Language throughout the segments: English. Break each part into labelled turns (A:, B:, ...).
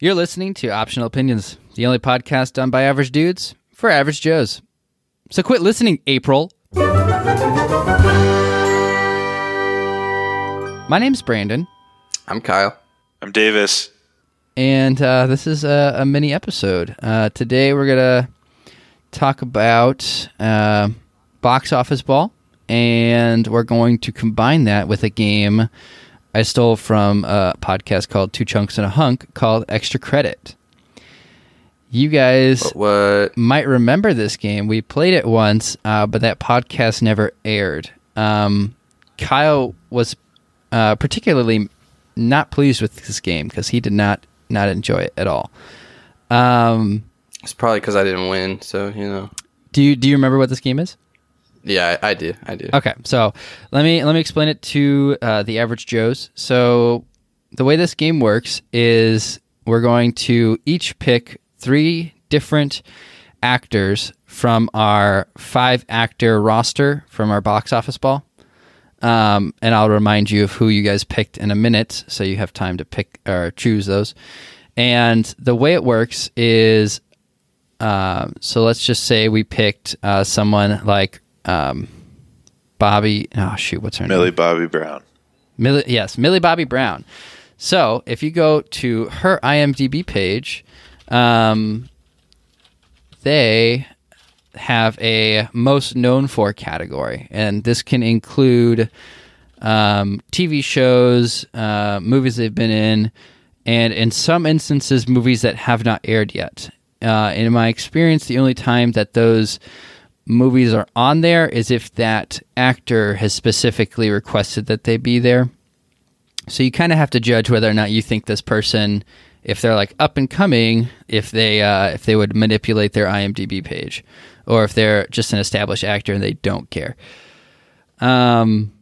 A: You're listening to Optional Opinions, the only podcast done by average dudes for average Joes. So quit listening, April. My name's Brandon,
B: I'm Kyle.
C: I'm Davis.
A: and uh, this is a, a mini episode. Uh, today we're going to talk about uh, box office ball, and we're going to combine that with a game I stole from a podcast called Two Chunks and a Hunk called Extra Credit. You guys
B: What?
A: might remember this game. We played it once, uh, but that podcast never aired. Um, Kyle was uh, particularly not pleased with this game because he did not not enjoy it at all. Um,
B: It's probably because I didn't win, so you know.
A: do you do you remember what this game is?
B: Yeah, I, I do. I do.
A: Okay, so let me let me explain it to uh, the average Joe's. So the way this game works is we're going to each pick three different actors from our five actor roster from our box office ball. Um, and I'll remind you of who you guys picked in a minute, so you have time to pick or choose those. And the way it works is, uh, so let's just say we picked uh, someone like um, Bobby. Oh shoot, what's her name?
C: Millie Bobby Brown.
A: Millie, yes, Millie Bobby Brown. So if you go to her IMDb page, um, they have a most known for category, and this can include um, TV shows, uh, movies they've been in, and in some instances, movies that have not aired yet. Uh, in my experience, the only time that those movies are on there is if that actor has specifically requested that they be there. So you kind of have to judge whether or not you think this person, if they're like up and coming, if they uh, if they would manipulate their IMDb page, or if they're just an established actor and they don't care. Um,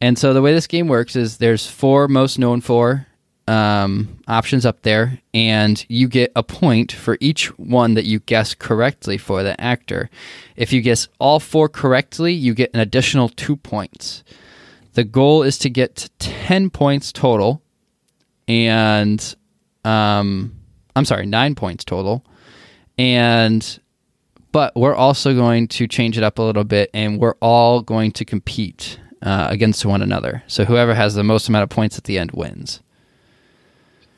A: and so the way this game works is there's four most known for um, options up there, and you get a point for each one that you guess correctly for the actor. If you guess all four correctly, you get an additional two points. The goal is to get to 10 points total, and um, I'm sorry, nine points total. And but we're also going to change it up a little bit and we're all going to compete uh, against one another. So whoever has the most amount of points at the end wins.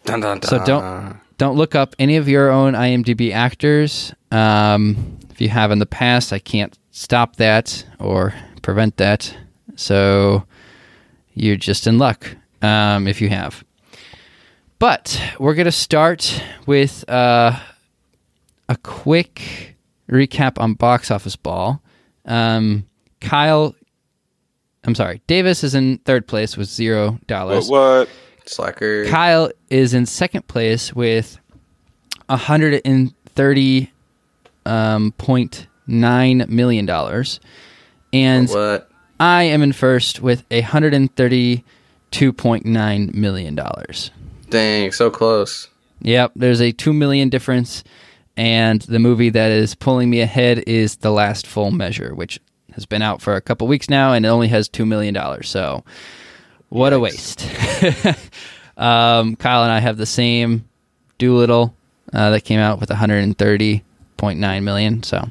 B: Dun, dun, dun.
A: So don't don't look up any of your own IMDb actors. Um, if you have in the past, I can't stop that or prevent that. So you're just in luck um, if you have. But we're gonna start with uh, a quick recap on box office ball. Um, Kyle, I'm sorry, Davis is in third place with zero
C: What?
A: dollars.
C: what?
B: Slacker.
A: Kyle is in second place with 130.9 um, point nine million dollars, and
B: what?
A: I am in first with 132.9 million dollars.
B: Dang, so close.
A: Yep, there's a two million difference, and the movie that is pulling me ahead is The Last Full Measure, which has been out for a couple weeks now, and it only has two million dollars. So, what a waste! um, Kyle and I have the same Doolittle uh, that came out with 130.9 million. So,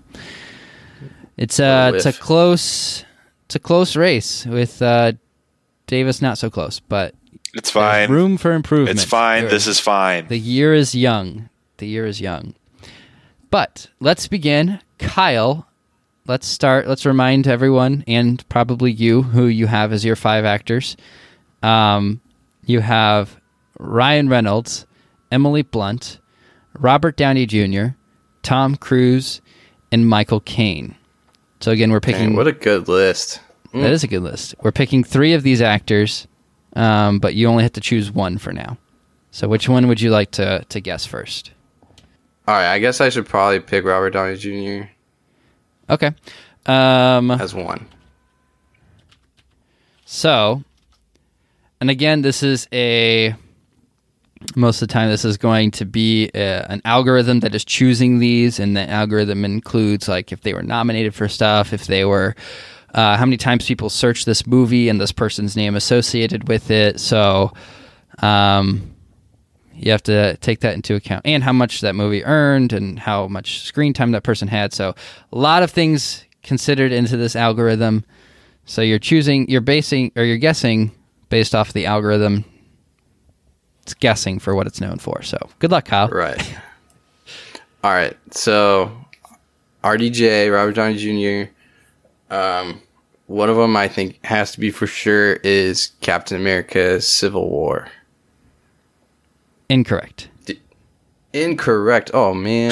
A: it's uh,
B: What a
A: it's a
B: whiff.
A: close it's a close race with uh, Davis not so close, but
C: It's
A: there's
C: fine.
A: room for improvement.
C: it's fine.
A: There
C: This is fine.
A: the year is young. The year is young. But let's begin. Kyle, let's start. Let's remind everyone and probably you who you have as your five actors. Um, you have Ryan Reynolds, Emily Blunt, Robert Downey Jr., Tom Cruise, and Michael Caine. So again, we're picking
B: Dang, what a good list.
A: that is a good list. We're picking three of these actors, um, but you only have to choose one for now. So, which one would you like to, to guess first?
B: All right, I guess I should probably pick Robert Downey Jr.
A: Okay. Um,
B: as one.
A: so, and again, this is a. Most of the time, this is going to be a, an algorithm that is choosing these, and the algorithm includes like if they were nominated for stuff, if they were, uh, how many times people search this movie and this person's name associated with it. So, um, you have to take that into account and how much that movie earned and how much screen time that person had. So a lot of things considered into this algorithm. So you're choosing, you're basing, or you're guessing based off the algorithm. It's guessing for what it's known for. So good luck, Kyle.
B: Right. All right. So, RDJ, Robert Downey Jr. Um, one of them I think has to be for sure is Captain America's Civil War.
A: Incorrect.
B: Incorrect. Oh man.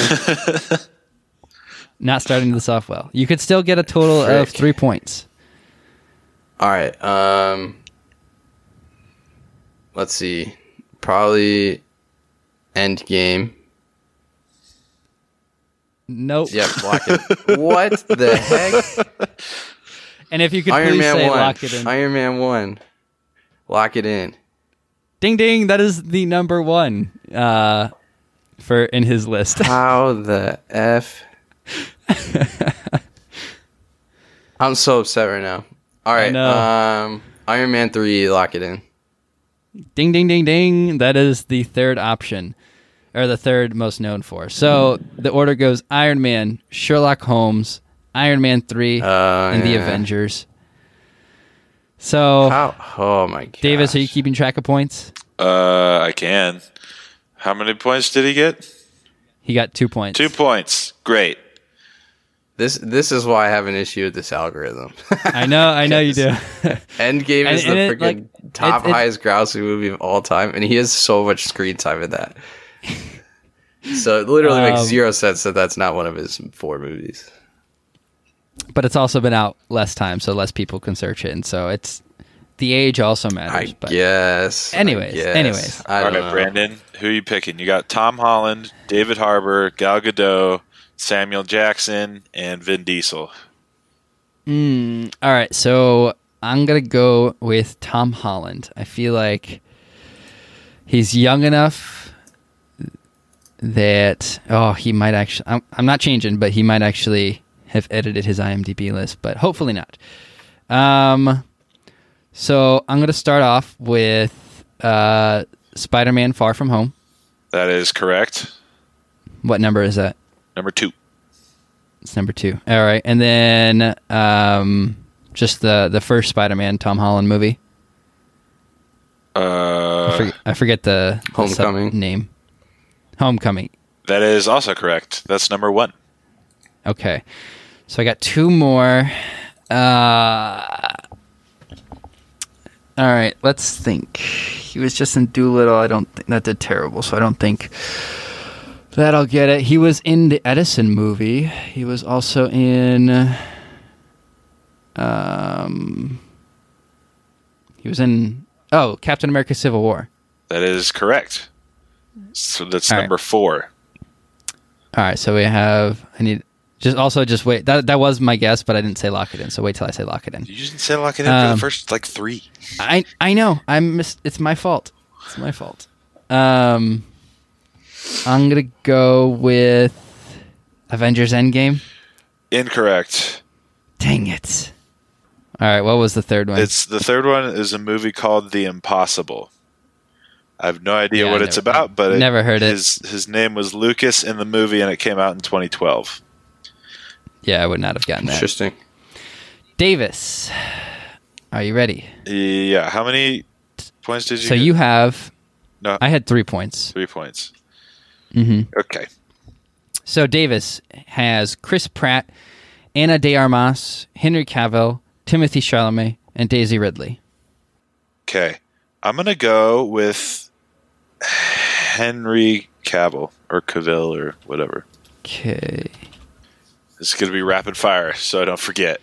A: Not starting this off well. You could still get a total of
B: Frick.
A: three points.
B: All right. Um, let's see. Probably Endgame.
A: Nope.
B: Yep. Lock it. what the heck?
A: And if you could
B: Iron
A: please
B: Man
A: say
B: one.
A: lock it in.
B: Iron Man one. Lock it in.
A: ding ding, that is the number one uh, for in his list.
B: How the f? I'm so upset right now. All right.
A: know.
B: Um, Iron Man three. Lock it in.
A: ding ding ding ding. That is the third option. Or the third most known for. So the order goes Iron Man, Sherlock Holmes, Iron Man three,
B: Uh,
A: and the
B: yeah.
A: Avengers. So
B: How? Oh my god.
A: Davis, are you keeping track of points?
C: Uh, I can. How many points did he get?
A: He got two points.
C: Two points. Great.
B: This this is why I have an issue with this algorithm.
A: I know, I know you do.
B: Endgame
A: And-
B: is
A: and it,
B: the freaking
A: like,
B: top
A: it- it-
B: highest grossing movie of all time, and he has so much screen time in that. so it literally makes
A: Um,
B: zero sense that that's not one of his four movies.
A: but it's also been out less time, so less people can search it, and so it's the age also matters.
B: I
A: but
B: guess. I
A: Anyways,
B: guess.
A: anyways.
B: I
C: All
B: don't
C: right,
B: know.
C: Brandon, who are you picking? You got Tom Holland, David Harbour, Gal Gadot, Samuel Jackson, and Vin Diesel.
A: Mm, all right, so I'm gonna go with Tom Holland. I feel like he's young enough that oh, he might actually. I'm, I'm not changing, but he might actually have edited his IMDb list, but hopefully not. Um, so I'm gonna start off with uh, Spider-Man: Far From Home.
C: That is correct.
A: What number is that?
C: Number two.
A: It's number two. All right, and then um, just the the first Spider-Man Tom Holland movie. I,
C: Uh,
A: forget, I forget the the
B: Homecoming.
A: sub- name. Homecoming.
C: that is also correct. That's number one.
A: Okay, so I got two more. Uh, all right, let's think. He was just in Doolittle. I don't. think that did terrible. So I don't think that'll get it. He was in the Edison movie. He was also in. Um. He was in. Oh, Captain America: Civil War.
C: That is correct. So that's
A: All right.
C: number four.
A: All right, so we have. I need just also just wait. That that was my guess, but I didn't say lock it in. So wait till I say lock it in.
C: You just didn't say lock it in for
A: Um,
C: the first like three.
A: I I know. I'm. Mis- it's my fault. It's my fault. Um, I'm gonna go with Avengers Endgame.
C: Incorrect.
A: Dang it! All right, what was the third one?
C: It's the third one is a movie called The Impossible. I have no idea
A: Yeah,
C: what
A: I
C: it's
A: never-
C: about, but it-
A: never heard it.
C: his, His name was Lucas in the movie, and it came out in 2012.
A: yeah, I would not have gotten that.
B: Interesting.
A: Davis, are you ready?
C: Yeah, how many points did you?
A: So
C: get?
A: you have.
C: No.
A: I had three points.
C: three points.
A: Mm-hmm.
C: Okay,
A: So Davis has Chris Pratt, Anna De Armas, Henry Cavill, Timothy Chalamet, and Daisy Ridley.
C: okay. I'm gonna go with Henry Cavill or Cavill or whatever.
A: Okay.
C: This is gonna be rapid fire, so I don't forget.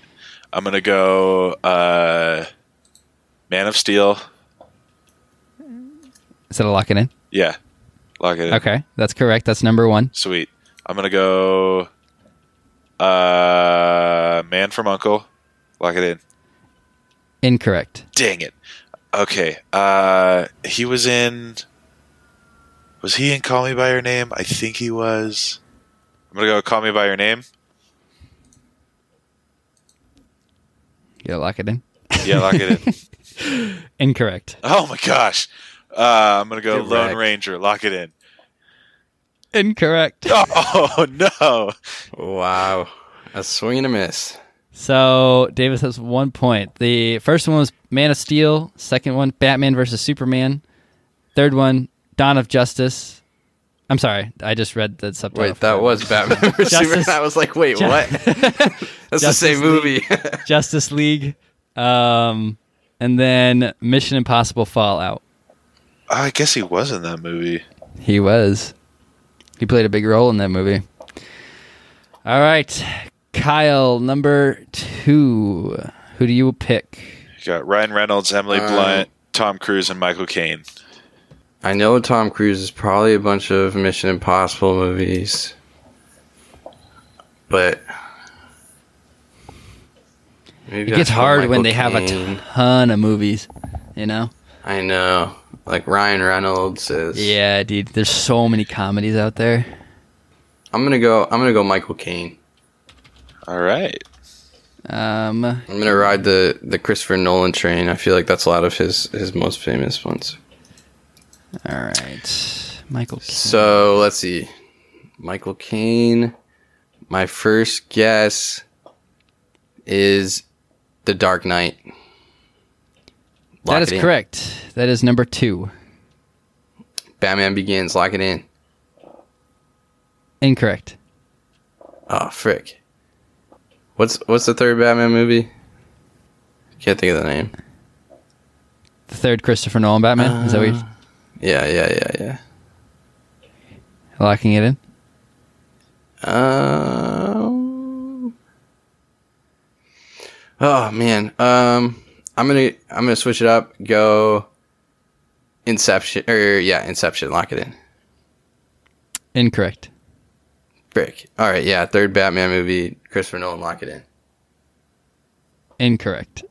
C: I'm gonna go uh, Man of Steel.
A: Is that a lock it in?
C: Yeah, lock it in.
A: Okay, that's correct. That's number one.
C: Sweet. I'm gonna go. Uh, Man from Uncle. Lock it in.
A: Incorrect.
C: Dang it. Okay. Uh, he was in. Was he in Call Me by Your Name? I think he was. I'm gonna go Call Me by Your Name.
A: You gotta lock it in.
C: Yeah, lock it in.
A: Incorrect.
C: Oh my gosh. Uh, I'm gonna go
B: Get
C: Lone
B: wrecked.
C: Ranger. Lock it in.
A: Incorrect.
C: Oh no!
B: Wow. A swing and a miss.
A: So Davis has one point. The first one was Man of Steel. Second one, Batman versus Superman. Third one, Dawn of Justice. I'm sorry, I just read the subtitle.
B: Wait, that was Batman vs
A: Justice-
B: Superman. I was like, wait,
A: Ju-
B: what? That's the
A: Justice
B: same movie.
A: League. Justice League, um, and then Mission Impossible Fallout.
C: I guess he was in that movie.
A: He was. He played a big role in that movie. All right, Kyle, number two. Who do you pick?
C: You got Ryan Reynolds, Emily
B: Um,
C: Blunt, Tom Cruise, and Michael Caine.
B: I know Tom Cruise is probably a bunch of Mission Impossible movies, but maybe
A: It gets
B: I'll go
A: hard when
B: Michael
A: they have a
B: Caine.
A: ton of movies, you know.
B: I know, like Ryan Reynolds is.
A: Yeah, dude. There's so many comedies out there.
B: I'm gonna go. I'm gonna go Michael Caine.
C: All right.
A: Um,
B: I'm gonna ride the the Christopher Nolan train. I feel like that's a lot of his his most famous ones.
A: all right, Michael. Caine.
B: So let's see, Michael Caine. My first guess is The Dark Knight.
A: that
B: Lock
A: is
B: it in.
A: correct. That is number two.
B: Batman Begins. Lock it in.
A: Incorrect.
B: Oh frick. What's what's the third Batman movie? Can't think of the name.
A: The third Christopher Nolan Batman. is that what
B: Uh.
A: you're
B: Yeah, yeah, yeah, yeah.
A: locking it in?
B: Um. Oh man. Um. I'm gonna I'm gonna switch it up. Go. Inception or yeah, Inception. Lock it in.
A: Incorrect.
B: Brick. All right. Yeah. Third Batman movie. Christopher Nolan. Lock it in.
A: Incorrect.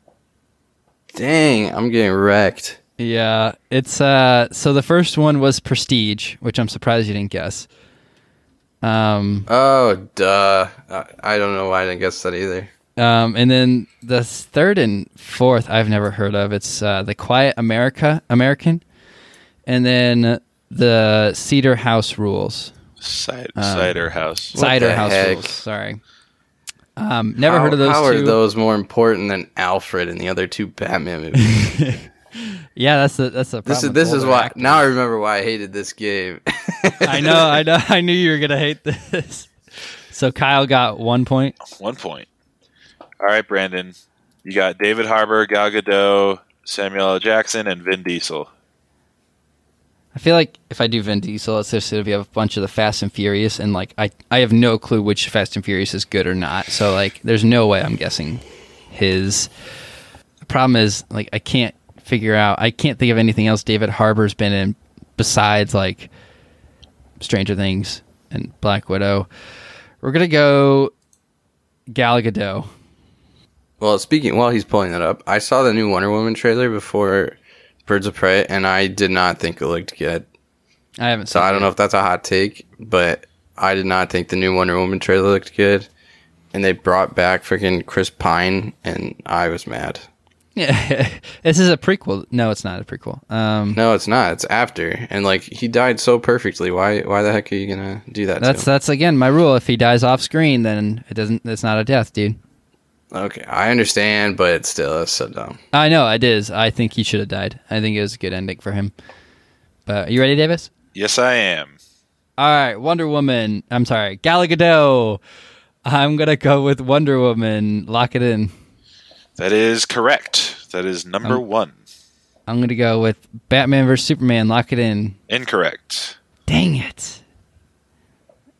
B: Dang. I'm getting wrecked.
A: Yeah, it's uh. So the first one was Prestige, which I'm surprised you didn't guess. Um,
B: Oh duh. I, I don't know why I didn't guess that either.
A: um, and then the third and fourth I've never heard of. It's uh, the Quiet America American, and then the Cedar House Rules.
C: Cider,
A: Um,
C: cider House.
B: What
A: Cider
B: the
A: House
B: heck?
A: Rules. Sorry. Um, never
B: How-
A: heard of those
B: How
A: two.
B: are those more important than Alfred and the other two Batman movies?
A: Yeah, that's the that's the. problem
B: this is
A: with
B: this is
A: older
B: why.
A: actors.
B: Now I remember why I hated this game.
A: I know, I know, I knew you were gonna hate this. So Kyle got one point.
C: One point. All right, Brandon. You got David Harbour, Gal Gadot, Samuel L. Jackson, and Vin Diesel.
A: I feel like if I do Vin Diesel, it's just gonna be a bunch of the Fast and Furious, and like I I have no clue which Fast and Furious is good or not. So like, there's no way I'm guessing his. The problem is like I can't figure out. I can't think of anything else David Harbour's been in besides like Stranger Things and Black Widow. We're gonna go Gal Gadot.
B: Well, speaking while he's pulling that up, I saw the new Wonder Woman trailer before Birds of Prey, and I did not think it looked good.
A: I haven't.
B: So
A: seen
B: I don't
A: it.
B: know if that's a hot take, but I did not think the new Wonder Woman trailer looked good. And they brought back freaking Chris Pine, and I was mad.
A: Yeah, this is a prequel. No, it's not a prequel. Um,
B: No, it's not. It's after, and like he died so perfectly. Why? Why the heck are you gonna do that?
A: that's
B: to him?
A: that's again my rule. If he dies off screen, then it doesn't. It's not a death, dude.
B: okay. I understand, but still, that's so dumb.
A: I know it is. I think he should have died. I think it was a good ending for him. But you ready, Davis?
C: Yes, I am.
A: All right, Wonder Woman. I'm sorry, Gal Gadot. I'm gonna go with Wonder Woman. Lock it in.
C: That is correct. That is number one.
A: I'm gonna go with Batman vs Superman. Lock it in.
C: Incorrect.
A: Dang it.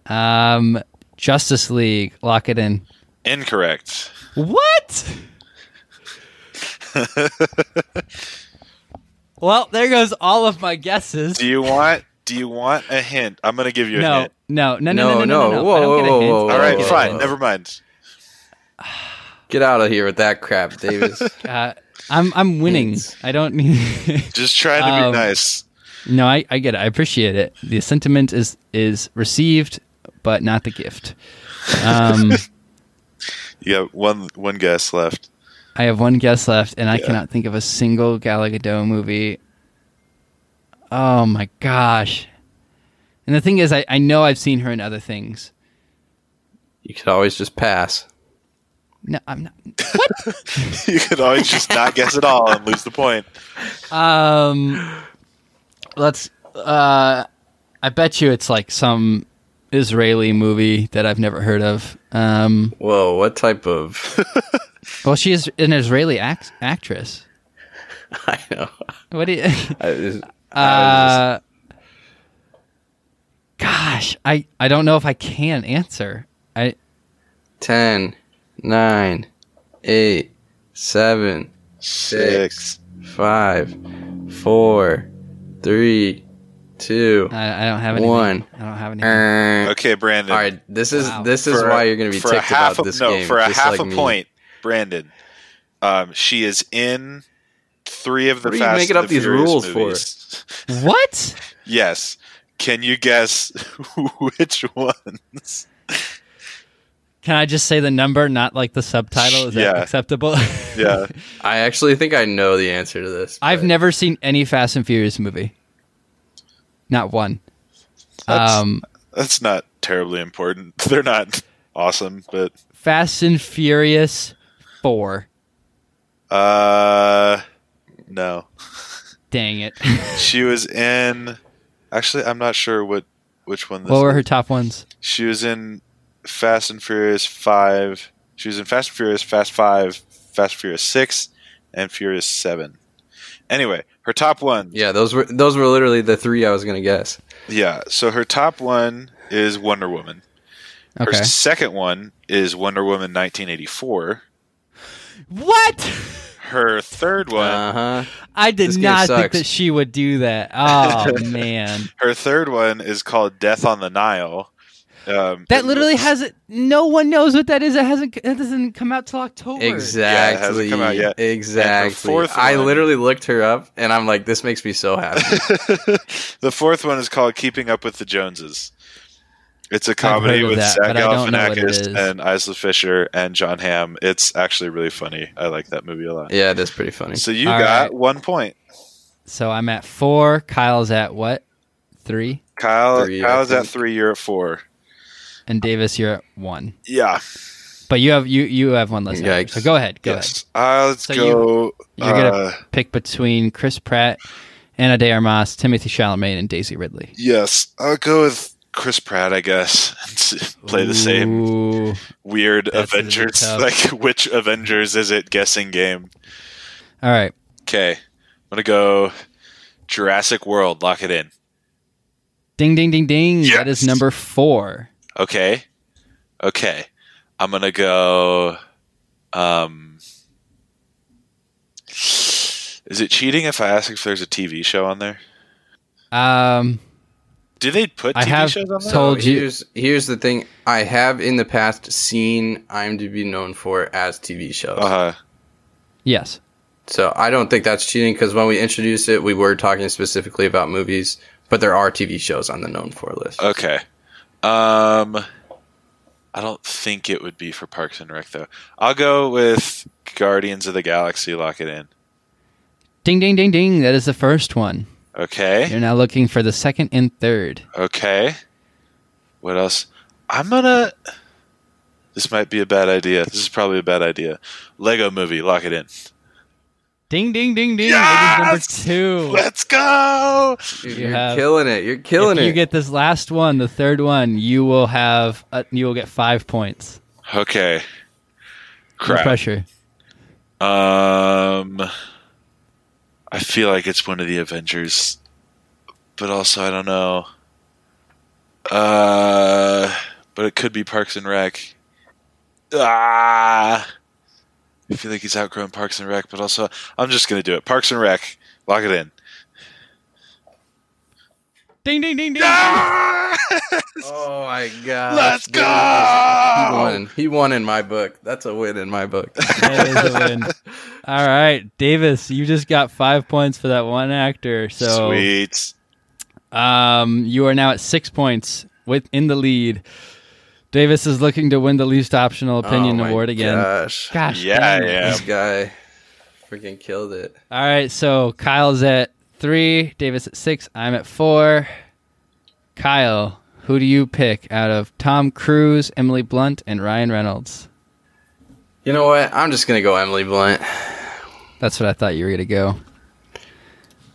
A: Um, Justice League. Lock it in.
C: Incorrect.
A: What? well, there goes all of my guesses.
C: Do you want? Do you want a hint? I'm going to give you a
A: No, Oh.
C: hint.
A: no, no, no,
B: No,
A: no, no, no,
B: no.
A: no.
B: Whoa,
A: I don't get a
B: whoa,
A: hint.
B: whoa,
A: I
C: All
A: don't
C: right,
A: get a
C: fine.
A: hint.
C: Never mind.
B: Get out of here with that crap, Davis.
A: Uh, I'm I'm winning.
B: Hints.
A: I don't need.
C: Just trying to
A: Um,
C: be nice.
A: no, I, I get it. I appreciate it. The sentiment is is received, but not the gift. Um,
C: You have one one guess left.
A: I have one guess left, and I
C: Yeah.
A: cannot think of a single Gal Gadot movie. Oh my gosh. And the thing is, I, I know I've seen her in other things.
B: You could always just pass.
A: No, I'm not.
C: you could always just not guess at all and lose the point.
A: Um, let's. Uh, I bet you it's like some Israeli movie that I've never heard of. Um,
B: Whoa, what type of?
A: well, she is an Israeli act- actress.
B: I know.
A: What do you?
C: Uh,
B: I just, I was
A: Uh, gosh, I I don't know if I can answer. I
B: just- ten, nine, eight, seven,
C: Six.
B: five, four, three, two.
A: I, I don't have anything.
B: One.
A: I don't have
C: Eh.
A: anything.
B: err.
C: Okay, Brandon.
B: All right, this is
A: Wow.
B: this is
C: For-
B: why you're going to be
C: for a
B: ticked
C: half
B: about
C: a-
B: this
C: no,
B: game.
C: for a
B: just
C: half
B: like
C: a
B: me.
C: point, Brandon. Um, she is in three of the
B: What are you
C: Fast
B: making
C: and
B: up
C: the
B: these
C: Furious
B: rules for?
C: movies.
A: What?
C: Yes. Can you guess which ones?
A: Can I just say the number, not like the subtitle? Is that
C: Yeah.
A: acceptable?
C: Yeah.
B: I actually think I know the answer to this.
A: I've
B: but-
A: never seen any Fast and Furious movie. Not one.
C: That's-
A: Um,
C: That's not terribly important. They're not awesome, but
A: Fast and Furious four.
C: uh no.
A: Dang
C: Oh,
A: it.
C: She was in Actually, I'm not sure what which one this
A: what were her
C: is.
A: top ones?
C: She was in Fast and Furious 5. She was in Fast and Furious Fast 5, Fast and Furious 6, and Furious 7. Anyway, her top one.
B: Yeah, those were those were literally the three I was going to guess.
C: Yeah, so her top one is Wonder Woman. Her
A: Okay.
C: second one is Wonder Woman 1984.
A: What?
C: Her third one,
B: Uh huh.
A: I did
B: This game
A: not think
B: sucks.
A: that she would do that. Oh man.
C: her third one is called Death on the Nile. Um,
A: That
C: it
A: literally
C: looks-
A: hasn't. No one knows what that is. It hasn't. It doesn't come out till October.
B: Exactly.
C: hasn't come out yet.
B: Exactly.
C: And for fourth
B: I
C: one-
B: literally looked her up, and I'm like, this makes me so happy.
C: the fourth one is called Keeping Up with the Joneses. It's a
A: heard
C: comedy
A: of
C: with
A: that,
C: Zach
A: but I don't know what it
C: Galifianakis
A: is.
C: and Isla Fisher and John Hamm. It's actually really funny. I like that movie a lot.
B: yeah, that's pretty funny.
C: So you
A: All
C: got
A: right.
C: one point.
A: So I'm at four. Kyle's at what? Three.
C: Kyle,
B: Three, I
C: Kyle's at
B: think.
C: three. You're at four.
A: And Davis, you're at one.
C: Yeah.
A: But you have you you have one less.
B: Yikes.
A: So go ahead. Go
C: yes. Uh, let's
A: So
C: go.
A: you- you're gonna-
C: uh,
A: ahead. Pick between Chris Pratt, Anna De Armas, Timothy Chalamet, and Daisy Ridley.
C: Yes, I'll go with Chris Pratt, I guess. and s- Play the same
A: Ooh.
C: weird
A: That's gonna be
C: Avengers,
A: tough.
C: like which Avengers is it guessing game.
A: All right.
C: Okay, I'm gonna go Jurassic World. Lock it in.
A: Ding ding ding ding. That
C: Yes.
A: is number four.
C: Okay, okay. I'm gonna go. Um, is it cheating if I ask if there's a TV show on there?
A: Um,
C: Do they put TV
A: I have
C: shows on Oh, there?
A: told
B: So
A: you-
B: Here's here's the thing. I have in the past seen I'm to be known for as TV shows.
C: uh-huh.
A: yes.
B: So I don't think that's cheating because when we introduced it, we were talking specifically about movies, but there are TV shows on the known for list.
C: Okay. Um, I don't think it would be for Parks and Rec though. I'll go with Guardians of the Galaxy. Lock it in.
A: Ding ding ding ding. That is the first one.
C: Okay.
A: You're now looking for the second and third.
C: Okay. What else? I'm gonna. This might be a bad idea. This is probably a bad idea. Lego Movie. Lock it in.
A: Ding ding ding ding.
C: Yes!
A: It is number two.
C: Let's go.
B: Dude,
A: You
B: you're
A: have-
B: killing it. You're killing
A: If
B: it.
A: you get this last one, the third one, you will have uh, you will get five points.
C: Okay.
A: No
C: Crap.
A: pressure.
C: Um, I feel like it's one of the Avengers, but also I don't know. Uh, but it could be Parks and Rec. Ah, I feel like he's outgrown Parks and Rec, but also I'm just gonna do it. Parks and Rec, lock it in.
A: Ding ding ding ding.
B: oh my god.
C: Let's
B: dude. He
C: go.
B: won. He won in my book. That's a win in my book.
A: That is a win. All right, Davis, you just got five points for that one actor. So
C: Sweet.
A: um you are now at six points with in the lead. Davis is looking to win the least optional opinion
B: Oh my
A: award again.
B: Gosh.
A: Gosh.
C: Yeah,
A: dang it.
C: yeah.
B: This guy freaking killed it.
A: All right, so Kyle's at three. Davis at six. I'm at four. Kyle, who do you pick out of Tom Cruise, Emily Blunt, and Ryan Reynolds?
B: You know what? I'm just gonna go Emily Blunt.
A: That's what I thought you were gonna go. I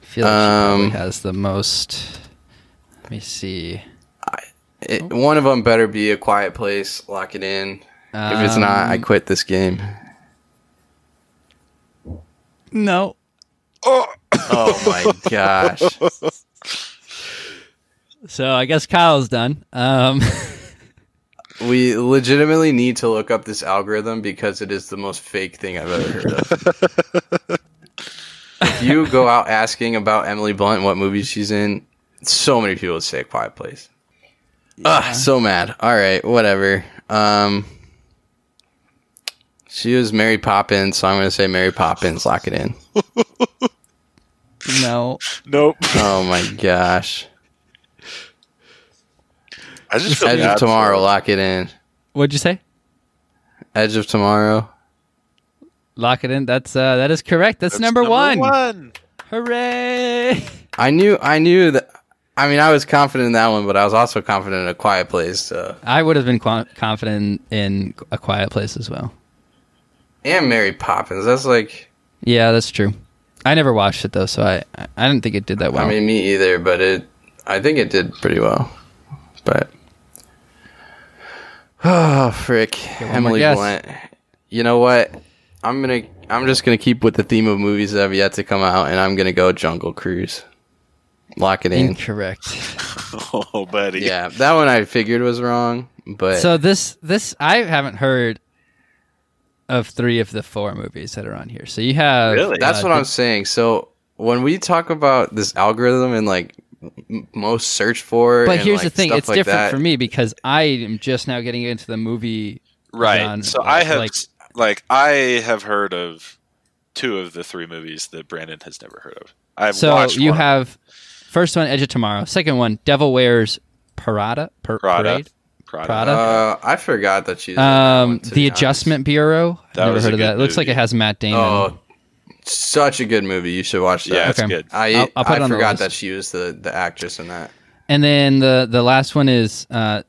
A: feel like she
B: Um,
A: probably has the most. Let me see.
B: It, One of them better be a quiet place. Lock it in. if it's not, I
A: Um,
B: quit this game.
A: no.
C: Oh,
B: Oh my gosh!
A: So I guess Kyle's done. Um,
B: We legitimately need to look up this algorithm because it is the most fake thing I've ever heard of. if you go out asking about Emily Blunt, what movies she's in, so many people would say A Quiet Place. Ugh, so mad. All right, whatever. Um, she was Mary Poppins, so I'm going to say Mary Poppins. Lock it in.
A: no.
C: nope.
B: Oh my gosh.
C: I just feel
B: Edge
C: bad
B: of
C: for
B: Tomorrow.
C: her.
B: Lock it in.
A: What'd you say?
B: Edge of Tomorrow.
A: Lock it in. That's uh, that is correct. That's,
C: That's
A: number, one.
C: one.
A: Hooray!
B: I knew. I knew that. I mean, I was confident in that one, but I was also confident in A Quiet Place. uh, So.
A: I would have been qu- confident in a quiet place as well.
B: and Mary Poppins. That's like
A: Yeah, that's true. I never watched it though, so I I- I didn't think it did that well.
B: I mean me either, but it I think it did pretty well. But oh frick,
A: one more
B: Emily
A: guess.
B: Blunt. You know what? I'm gonna I'm just gonna keep with the theme of movies that have yet to come out, and I'm gonna go Jungle Cruise. Lock it in.
A: incorrect.
C: Oh, buddy.
B: Yeah, that one I figured was wrong, but
A: so this this I haven't heard of three of the four movies that are on here. So you have
C: Really?
B: that's
A: uh,
B: what I'm saying. So when we talk about this algorithm and like m- most search for,
A: But
B: and,
A: here's the
B: like,
A: thing:
B: stuff
A: it's
B: like
A: different
B: that,
A: for me because I am just now getting into the movie.
C: Right.
A: genre,
C: so I have
A: uh, like-
C: like, I have heard of two of the three movies that Brandon has never heard of. I've
A: So
C: watched
A: you
C: one of
A: have first one, Edge of Tomorrow. Second one, Devil Wears Parada. Per-
C: Prada.
A: Parade?
C: Prada.
A: Prada.
B: Uh, I forgot that she's. in that
A: Um,
B: one, to
A: the
B: be
A: Adjustment Bureau.
C: That
A: Never
C: was a
A: heard of that.
C: good
A: It looks like
C: movie.
A: it has Matt Damon.
B: honest. Oh, such a good movie. You should watch that.
C: Yeah, it's
A: Okay.
C: good.
B: I
A: I'll- I'll put
B: I
A: it on the
B: forgot
A: list.
B: that she was the the actress in that.
A: And then the the last one is uh,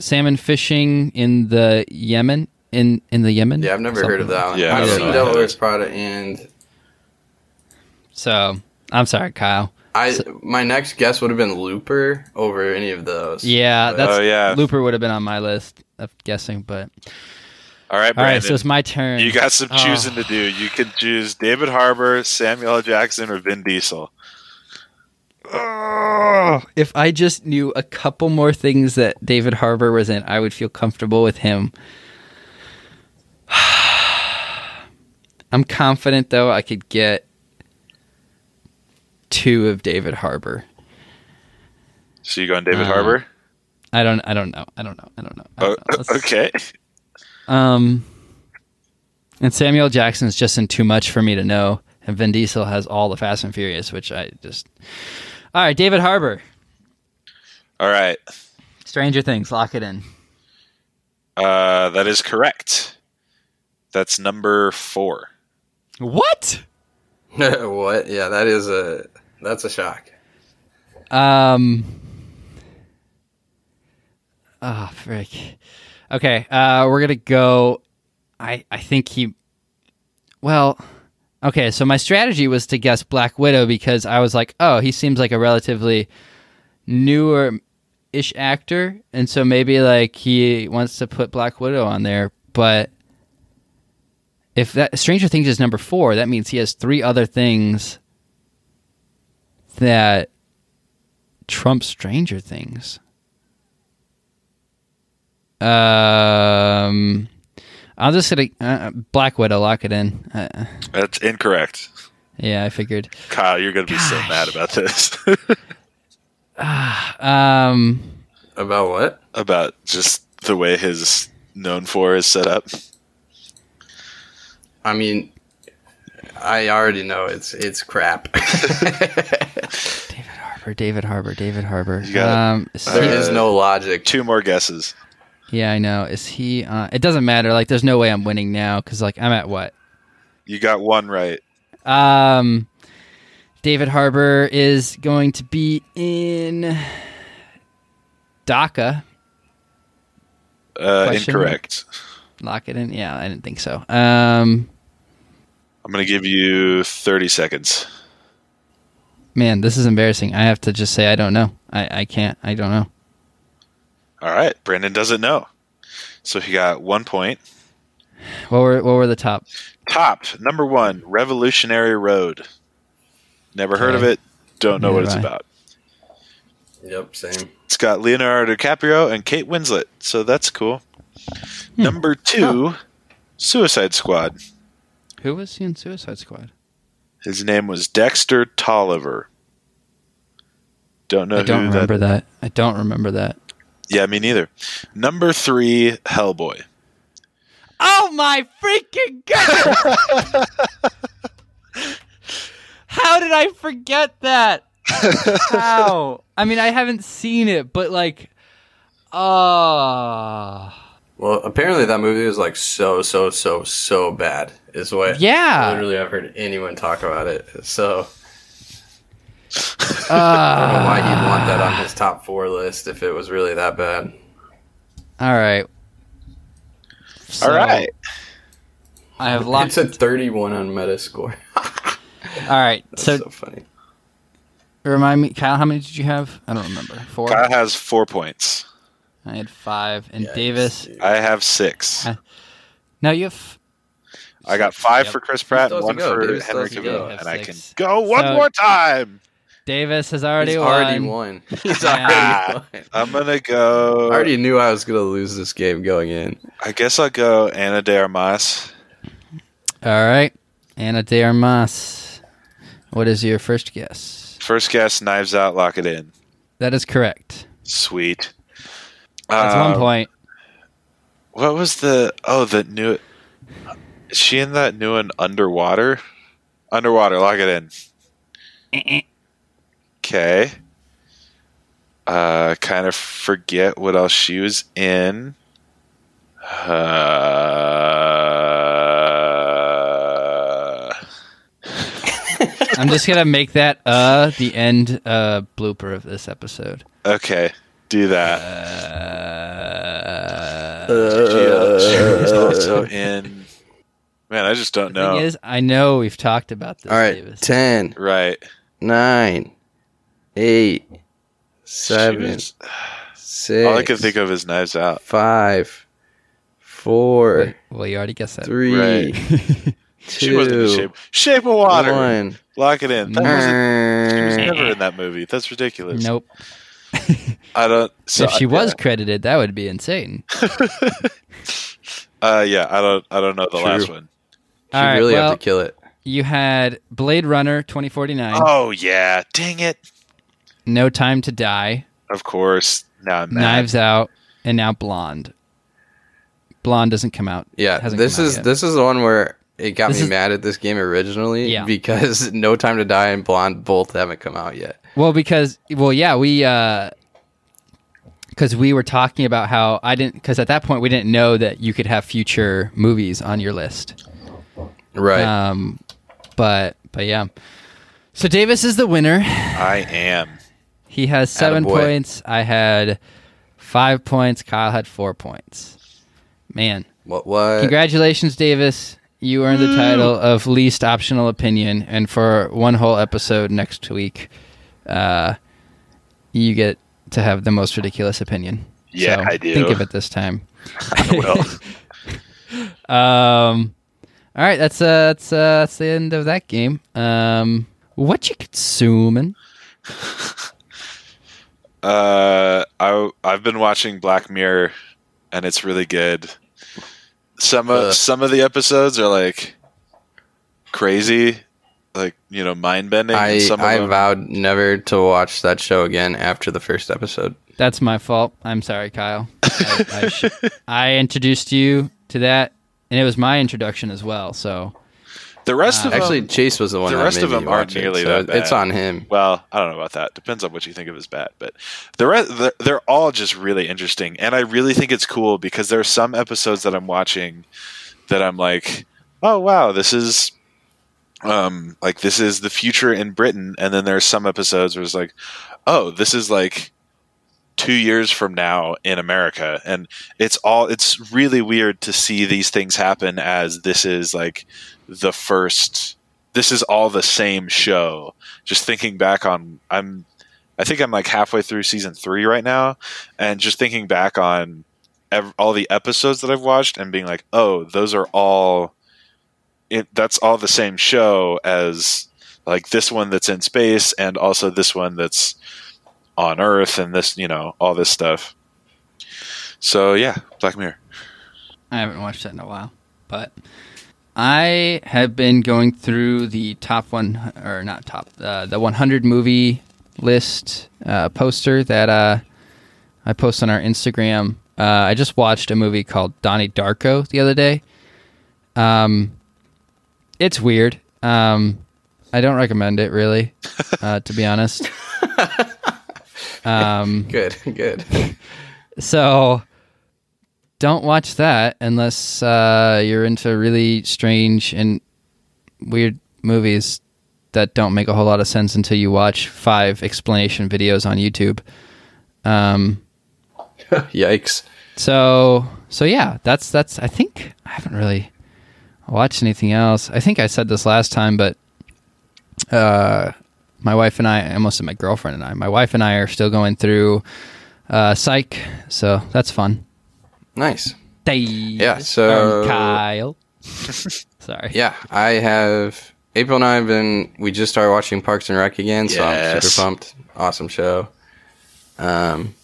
A: salmon fishing in the Yemen in in the Yemen.
B: Yeah, I've never heard of
A: Something.
B: that one.
C: Yeah,
B: I've
A: I don't
B: seen
A: know.
B: Devil Wears Prada, and
A: So I'm sorry, Kyle.
B: I my next guess would have been Looper over any of those.
A: Yeah,
B: But-
A: that's
C: Oh, yeah.
A: Looper would have been on my list of guessing, but
C: All right,
A: all
C: Brandon.
A: right. So it's my turn.
C: you got some
A: Oh.
C: choosing to do. You can choose David Harbour, Samuel L. Jackson, or Vin Diesel. Oh,
A: if I just knew a couple more things that David Harbour was in, I would feel comfortable with him. I'm confident though I could get two of David Harbour.
C: so you going David
A: Uh,
C: Harbour?
A: I don't I don't know. I don't know. I don't know. I
C: Oh,
A: don't know. Let's-
C: okay.
A: Um and Samuel Jackson's just in too much for me to know. And Vin Diesel has all the Fast and Furious, which I just All right, David Harbour.
C: All right.
A: Stranger Things, lock it in.
C: Uh, that is correct. That's number four.
A: What?
B: what? Yeah, that is a that's a shock.
A: Um. Ah, frick. Okay, uh, we're gonna go. I I think he. Well, okay. So my strategy was to guess Black Widow because I was like, oh, he seems like a relatively newer ish actor, and so maybe like he wants to put Black Widow on there, but. If that Stranger Things is number four, that means he has three other things that Trump Stranger Things. Um, I'm just gonna uh, Black Widow lock it in. Uh,
C: That's incorrect.
A: yeah, I figured.
C: Kyle, you're going to be so
A: Gosh.
C: mad about this.
A: Um,
B: About what?
C: about just the way his known for is set up.
B: I mean, I already know it's it's crap.
A: David Harbor, David Harbor, David Harbor.
C: You got
A: um, is
B: there
A: he-
B: is no logic.
C: Two more guesses.
A: yeah, I know. Is he? Uh, it doesn't matter. Like, there's no way I'm winning now because like I'm at what?
C: You got one right.
A: Um, David Harbour is going to be in DACA.
C: Uh,
A: Question.
C: incorrect.
A: Lock it in. Yeah, I didn't think so. Um,
C: I'm going to give you 30 seconds.
A: man, this is embarrassing. I have to just say I don't know. I, I can't. I don't know.
C: All right. Brandon doesn't know. So he got one point.
A: What were what were the top?
C: Top number one, Revolutionary Road. Never heard of
A: Okay.
C: it. Don't know
A: Neither
C: what it's
A: have I.
C: about.
B: Yep, same.
C: It's got Leonardo DiCaprio and Kate Winslet, so that's cool.
A: Hmm.
C: Number two,
A: Oh.
C: Suicide Squad.
A: Who was in Suicide Squad?
C: His name was Dexter Tolliver. Don't know
A: I don't
C: who
A: remember that. I don't remember that.
C: Yeah, me neither. Number three, Hellboy.
A: Oh my freaking god! How did I forget that? How? I mean, I haven't seen it, but like, oh,
B: Well, apparently that movie was like so, so, so, so bad. Is what
A: yeah.
B: literally I've heard anyone talk about it. So I don't know
A: Uh,
B: why you'd want that on his top four list if it was really that bad.
A: all right. So,
C: All right.
A: I have
B: It's
A: locked.
B: a 31 on Metascore.
A: all right.
B: That's
A: So,
B: so, funny.
A: remind me, Kyle, how many did you have? I don't remember. Four.
C: Kyle has four points.
A: I had five, and
B: Yikes,
A: Davis.
B: dude.
C: I have six.
A: Uh, No, you have.
C: I got five
A: Yep.
C: for Chris Pratt
B: Still
C: and
B: has
C: one
B: to go,
C: for
B: dude. Still
C: Henry
B: has to go.
C: Cavill.
A: Have
C: And I can
A: six.
C: go one
A: So-
C: more time.
A: Davis has already
B: He's
A: won.
B: already won. He's
A: Yeah.
B: already won.
C: I'm gonna go.
B: I already knew I was gonna lose this game going in.
C: I guess I'll go Anna de Armas.
A: All right. Anna de Armas. What is your first guess?
C: First guess, Knives Out, lock it in.
A: That is correct.
C: Sweet.
A: That's
C: Uh,
A: one point.
C: What was the? Oh, the new. Is she in that new one, Underwater? Underwater, lock it in. Okay. Uh, kind of forget what else she was in. Uh,
A: I'm just going to make that uh the end uh blooper of this episode.
C: okay, do that.
A: Uh,
C: Yeah, she was also
B: uh,
C: in. Man, I just don't know.
A: Thing is, I know we've talked about this.
B: All right,
A: Davis.
B: 10,
C: right.
B: 9, 8,
C: She
B: 7,
C: was-
B: 6,
C: all I could think of is Knives Out.
B: 5, 4,
A: Wait, well, you already guessed that.
B: 3,
C: Right. She wasn't in
B: two,
C: Shape, shape of Water.
B: one.
C: Lock it in. That wasn't, she was
B: Err.
C: never in that movie. That's ridiculous.
A: nope.
C: I don't. So
A: if she
C: yeah.
A: was credited, that would be insane.
C: uh, yeah, I don't. I don't know the
B: True.
C: last one.
B: You
A: All right,
B: really
A: well,
B: have to kill it.
A: you had Blade Runner 2049,
C: Oh yeah, dang it!
A: No Time to Die,
C: Of course. Now I'm mad.
A: Knives Out, and now Blonde. Blonde doesn't come out. It
B: Yeah,
A: hasn't
B: this
A: come out
B: is
A: yet.
B: this is the one where it got
A: This
B: me
A: is-
B: mad at this game originally
A: Yeah.
B: because No Time to Die and Blonde both haven't come out yet.
A: Well, because well, yeah, we because we were talking about how I didn't because at that point we didn't know that you could have future movies on your list.
B: Right.
A: Um, but but yeah, so Davis is the winner.
C: I am.
A: He has seven
B: Attaboy.
A: points. I had five points. Kyle had four points. Man,
B: what
C: Uh,
B: what?
A: Congratulations, Davis. You earned the title of least optional opinion, and for one whole episode next week, uh, you get to have the most ridiculous opinion.
C: Yeah,
A: So,
C: I do.
A: Think of it this time.
C: I will.
A: Um, all right, that's uh, that's uh, that's the end of that game. Um, what you consuming?
C: Uh, I I've been watching Black Mirror, and it's really good. Some of
B: Ugh.
C: some of the episodes are like crazy, like you know, mind bending.
B: I
C: some of
B: I
C: them-
B: vowed never to watch that show again after the first episode.
A: That's my fault. I'm sorry, Kyle. I, I, sh- I introduced you to that, and it was my introduction as well. So
C: the rest
A: Uh,
C: of
B: Actually,
C: them,
B: Chase was the one.
C: the
B: that
C: rest
B: made
C: of
B: me
C: them aren't
B: watch it,
C: nearly
B: so
C: that bad.
B: It's on him.
C: well, I don't know about that. Depends on what you think of as bad, but the rest they're, they're all just really interesting, and I really think it's cool because there are some episodes that I'm watching that I'm like, oh wow, this is um, like this is the future in Britain, and then there are some episodes where it's like, oh, this is like two years from now in America, and it's all it's really weird to see these things happen as this is like the first. This is all the same show. Just thinking back on, I'm, I think I'm like halfway through season three right now, and just thinking back on ev- all the episodes that I've watched and being like, oh, those are all it, that's all the same show as like this one that's in space and also this one that's on Earth and this you know all this stuff. So yeah, Black Mirror.
A: I haven't watched that in a while, but I have been going through the top one or not top uh, the 100 movie list uh, poster that uh, I post on our Instagram. Uh, I just watched a movie called Donnie Darko the other day. Um, it's weird. Um, I don't recommend it really, uh, to be honest. Um,
B: Good, good.
A: so don't watch that unless uh, you're into really strange and weird movies that don't make a whole lot of sense until you watch five explanation videos on YouTube. Um,
B: Yikes.
A: so so yeah, that's that's I think I haven't really watched anything else. I think I said this last time, but uh, my wife and I, I almost said my girlfriend and I, my wife and I are still going through uh, Psych, so that's fun.
B: Nice.
A: Dave
B: Yeah, so-
A: and Kyle. Sorry.
B: Yeah, I have. April and I have been. We just started watching Parks and Rec again, so I'm
C: Yes.
B: super pumped. Awesome show. Um,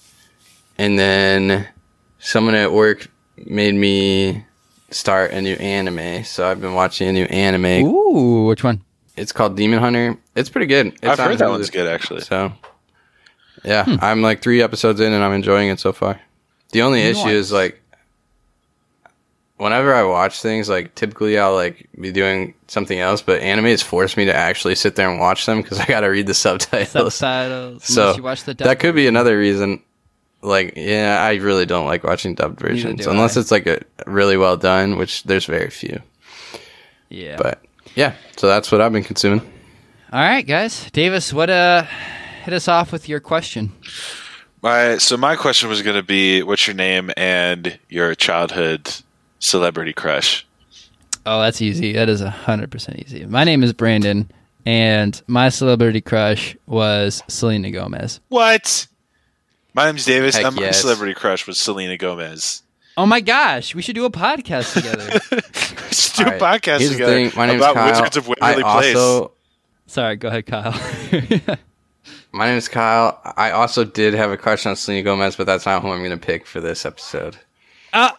B: and then someone at work made me start a new anime, so I've been watching a new anime.
A: Ooh, which one?
B: It's called Demon Hunter. It's pretty good. It's
C: I've
B: on
C: heard that
B: Hulu.
C: one's good actually.
B: So, yeah,
A: Hmm.
B: I'm like three episodes in and I'm enjoying it so far. The only issue
A: Nice.
B: is like, whenever I watch things, like typically I'll like be doing something else, but anime has forced me to actually sit there and watch them because I got to read the subtitles.
A: Subtitles.
B: So,
A: Unless you watch the dub.
B: that could be another reason. Like, yeah, I really don't like watching dubbed versions
A: do
B: unless
A: I.
B: it's like a really well done, which there's very few.
A: yeah.
B: But yeah, so that's what I've been consuming.
A: All right, guys. Davis, what uh hit us off with your question?
C: My so my question was going to be, what's your name and your childhood celebrity crush?
A: Oh, that's easy. That is 100% easy. My name is Brandon, and my celebrity crush was Selena Gomez.
C: What? My name's Davis.
B: Heck
C: and My
B: yes.
C: celebrity crush was Selena Gomez.
A: Oh my gosh, we should do a podcast together.
C: Let's do a
B: All right,
C: podcast
B: here's the
C: together
B: thing, My name's
C: about
B: Kyle.
C: Wizards of
B: I
C: Waverly Place.
B: also-
A: Sorry, go ahead, Kyle.
B: My name is Kyle. I also did have a crush on Selena Gomez, but that's not who I'm going to pick for this episode.
A: Oh,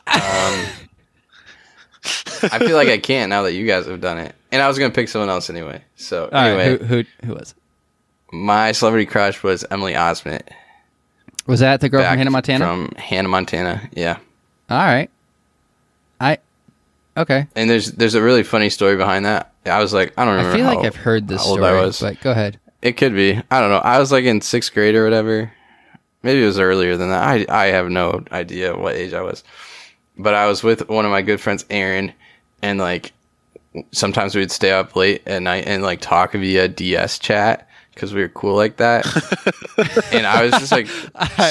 B: I feel like I can't now that you guys have done it. And I was going to pick someone else anyway. So,
A: all right,
B: anyway,
A: who, who who was it?
B: my celebrity crush was Emily Osment.
A: Was that the girl
B: back
A: from Hannah Montana?
B: From Hannah Montana, yeah.
A: All right. I Okay.
B: And there's there's a really funny story behind that. I was like, I don't
A: I
B: remember.
A: feel
B: how,
A: like I've heard this
B: how old
A: story,
B: I was.
A: but go ahead.
B: It could be. I don't know. I was like in sixth grade or whatever. Maybe it was earlier than that. I I have no idea what age I was. But I was with one of my good friends, Aaron, and like sometimes we'd stay up late at night and like talk via DS chat because we were cool like that. and I was just like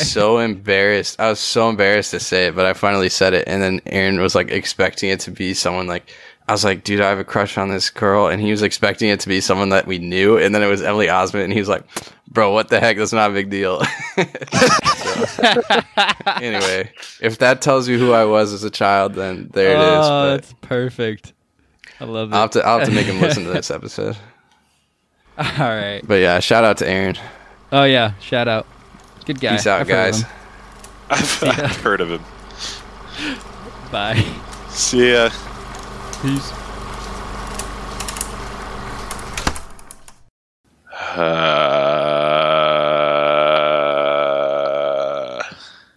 B: so embarrassed. I was so embarrassed to say it, but I finally said it. And then Aaron was like expecting it to be someone like, I was like, dude, I have a crush on this girl. And he was expecting it to be someone that we knew. And then it was Emily Osment. And he was like, bro, what the heck? That's not a big deal. So, anyway, if that tells you who I was as a child, then there it is.
A: Oh,
B: but-
A: that's perfect. I love it.
B: I'll have to I'll have to make him listen to this episode.
A: All right.
B: But yeah, shout out to Aaron.
A: Oh yeah, shout out. Good guy.
B: Peace out,
A: I've heard of
B: guys.
A: him.
C: I've, I've heard of him.
A: Bye.
C: See ya.
A: Peace.
C: Uh, Uh,